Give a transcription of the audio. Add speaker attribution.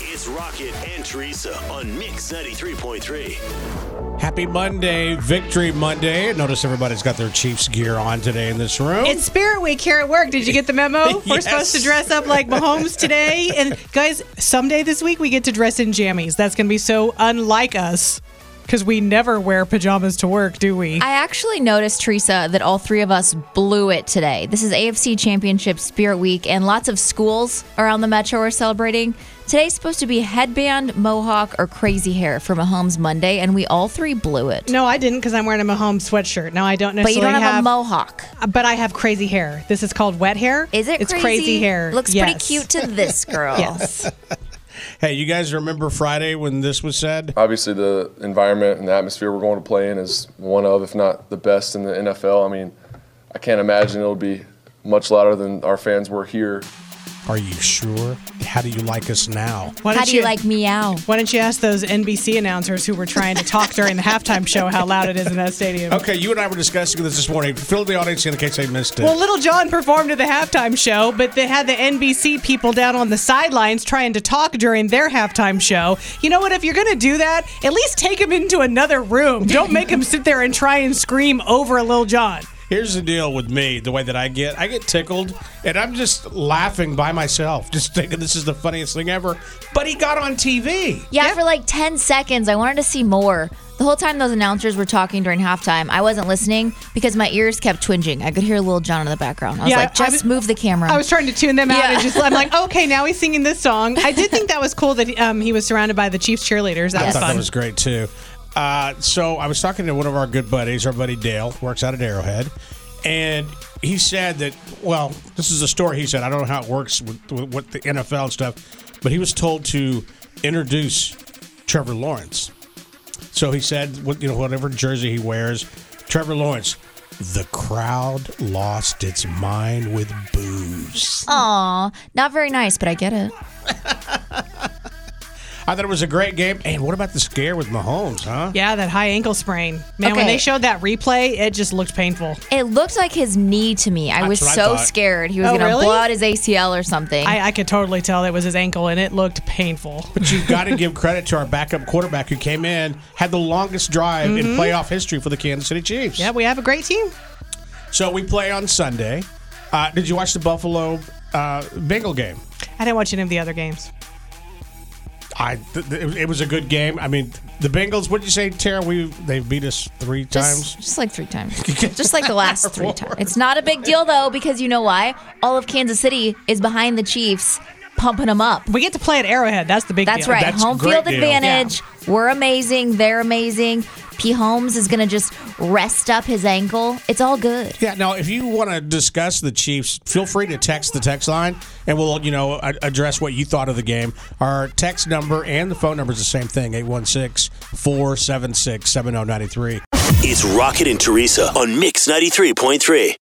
Speaker 1: It's Rocket and Teresa on Mix 93.3.
Speaker 2: Happy Monday, Victory Monday. Notice everybody's got their Chiefs gear on today in this room.
Speaker 3: It's Spirit Week here at work. Did you get the memo? We're
Speaker 2: Oh. Yes.
Speaker 3: supposed to dress up like Mahomes today. And guys, someday this week we get to dress in jammies. That's going to be so unlike us because we never wear pajamas to work, do we?
Speaker 4: I actually noticed, Teresa, that all three of us blew it today. This is AFC Championship Spirit Week, and lots of schools around the metro are celebrating. Today's supposed to be headband, mohawk, or crazy hair for Mahomes Monday, and we all three blew it.
Speaker 3: no, I didn't because I'm wearing a Mahomes sweatshirt. Now I don't
Speaker 4: but you
Speaker 3: necessarily
Speaker 4: don't have, a mohawk.
Speaker 3: but I have crazy hair. This is called wet hair.
Speaker 4: Is it
Speaker 3: It's
Speaker 4: crazy?
Speaker 3: crazy hair.
Speaker 4: Looks pretty
Speaker 3: Yes.
Speaker 4: cute to this girl.
Speaker 3: Yes.
Speaker 2: hey, you guys remember Friday when this was said?
Speaker 5: obviously the environment and the atmosphere we're going to play in is one of, if not the best in the NFL. I mean, I can't imagine it'll be much louder than our fans were here.
Speaker 2: Are you sure? How do you like us now?
Speaker 3: Why
Speaker 4: How
Speaker 3: don't
Speaker 4: do you like meow?
Speaker 3: Why don't you ask those NBC announcers who were trying to talk during the halftime show how loud it is in that stadium?
Speaker 2: Okay, you and I were discussing this this morning. Fill the audience in in case they missed it.
Speaker 3: Well, Little John performed at the halftime show, but they had the NBC people down on the sidelines trying to talk during their halftime show. You know what? If you're going to do that, at least take him into another room. Don't make him sit there and try and scream over Little John.
Speaker 2: Here's the deal with me, the way that I get, I get tickled, and I'm just laughing by myself, just thinking this is the funniest thing ever. But he got on TV.
Speaker 4: Yeah, for like 10 seconds, I wanted to see more. The whole time those announcers were talking during halftime, I wasn't listening because my ears kept twinging. I could hear Lil Jon in the background. I was
Speaker 3: Yeah,
Speaker 4: like,
Speaker 3: I
Speaker 4: just
Speaker 3: was-
Speaker 4: move the camera.
Speaker 3: I was trying to tune them out
Speaker 4: Yeah.
Speaker 3: and just I'm like, okay, now he's singing this song. I did think that was cool that um, he was surrounded by the Chiefs cheerleaders. That
Speaker 2: I
Speaker 3: was
Speaker 2: thought
Speaker 3: fun.
Speaker 2: that was great too. Uh, so I was talking to one of our good buddies, our buddy Dale, works out at Arrowhead, and he said that. Well, this is a story. He said I don't know how it works with, with, with the NFL and stuff, but he was told to introduce Trevor Lawrence. So he said, what, you know, whatever jersey he wears, Trevor Lawrence. The crowd lost its mind with booze.
Speaker 4: Aw, not very nice, but I get it.
Speaker 2: I thought it was a great game. And what about the scare with Mahomes, huh?
Speaker 3: yeah, that high ankle sprain. Man, when
Speaker 4: Okay.
Speaker 3: they showed that replay, it just looked painful.
Speaker 4: It looked like his knee to me. I was
Speaker 2: what I
Speaker 4: so
Speaker 2: thought.
Speaker 4: scared he was
Speaker 3: Oh,
Speaker 4: going to
Speaker 3: really?
Speaker 4: blow out his ACL or something.
Speaker 3: I, I could totally tell it was his ankle, and it looked painful.
Speaker 2: But you've got to give credit to our backup quarterback who came in, had the longest drive in playoff history for the Kansas City Chiefs.
Speaker 3: Yeah, we have a great team.
Speaker 2: So we play on Sunday. Uh, did you watch the Buffalo uh, Bengal game?
Speaker 3: I didn't watch any of the other games.
Speaker 2: I th- th- it- it was a good game. I mean, the Bengals. What did you say, Tara? We they beat us three
Speaker 4: just,
Speaker 2: times.
Speaker 4: just like three times. just like the last three times. It's not a big deal, though, because you know why? All of Kansas City is behind the Chiefs, pumping them up.
Speaker 3: We get to play at Arrowhead. That's the big
Speaker 4: That's
Speaker 3: deal.
Speaker 4: right.
Speaker 2: That's a
Speaker 4: Home
Speaker 2: great
Speaker 4: field
Speaker 2: deal.
Speaker 4: advantage. We're amazing. They're amazing. P. Holmes is going to just rest up his ankle. It's all good.
Speaker 2: Yeah. Now, if you want to discuss the Chiefs, feel free to text the text line, and we'll you know a- address what you thought of the game. Our text number and the phone number is the same thing: 816-476-7093.
Speaker 1: It's Rocket and Teresa on Mix 93.3.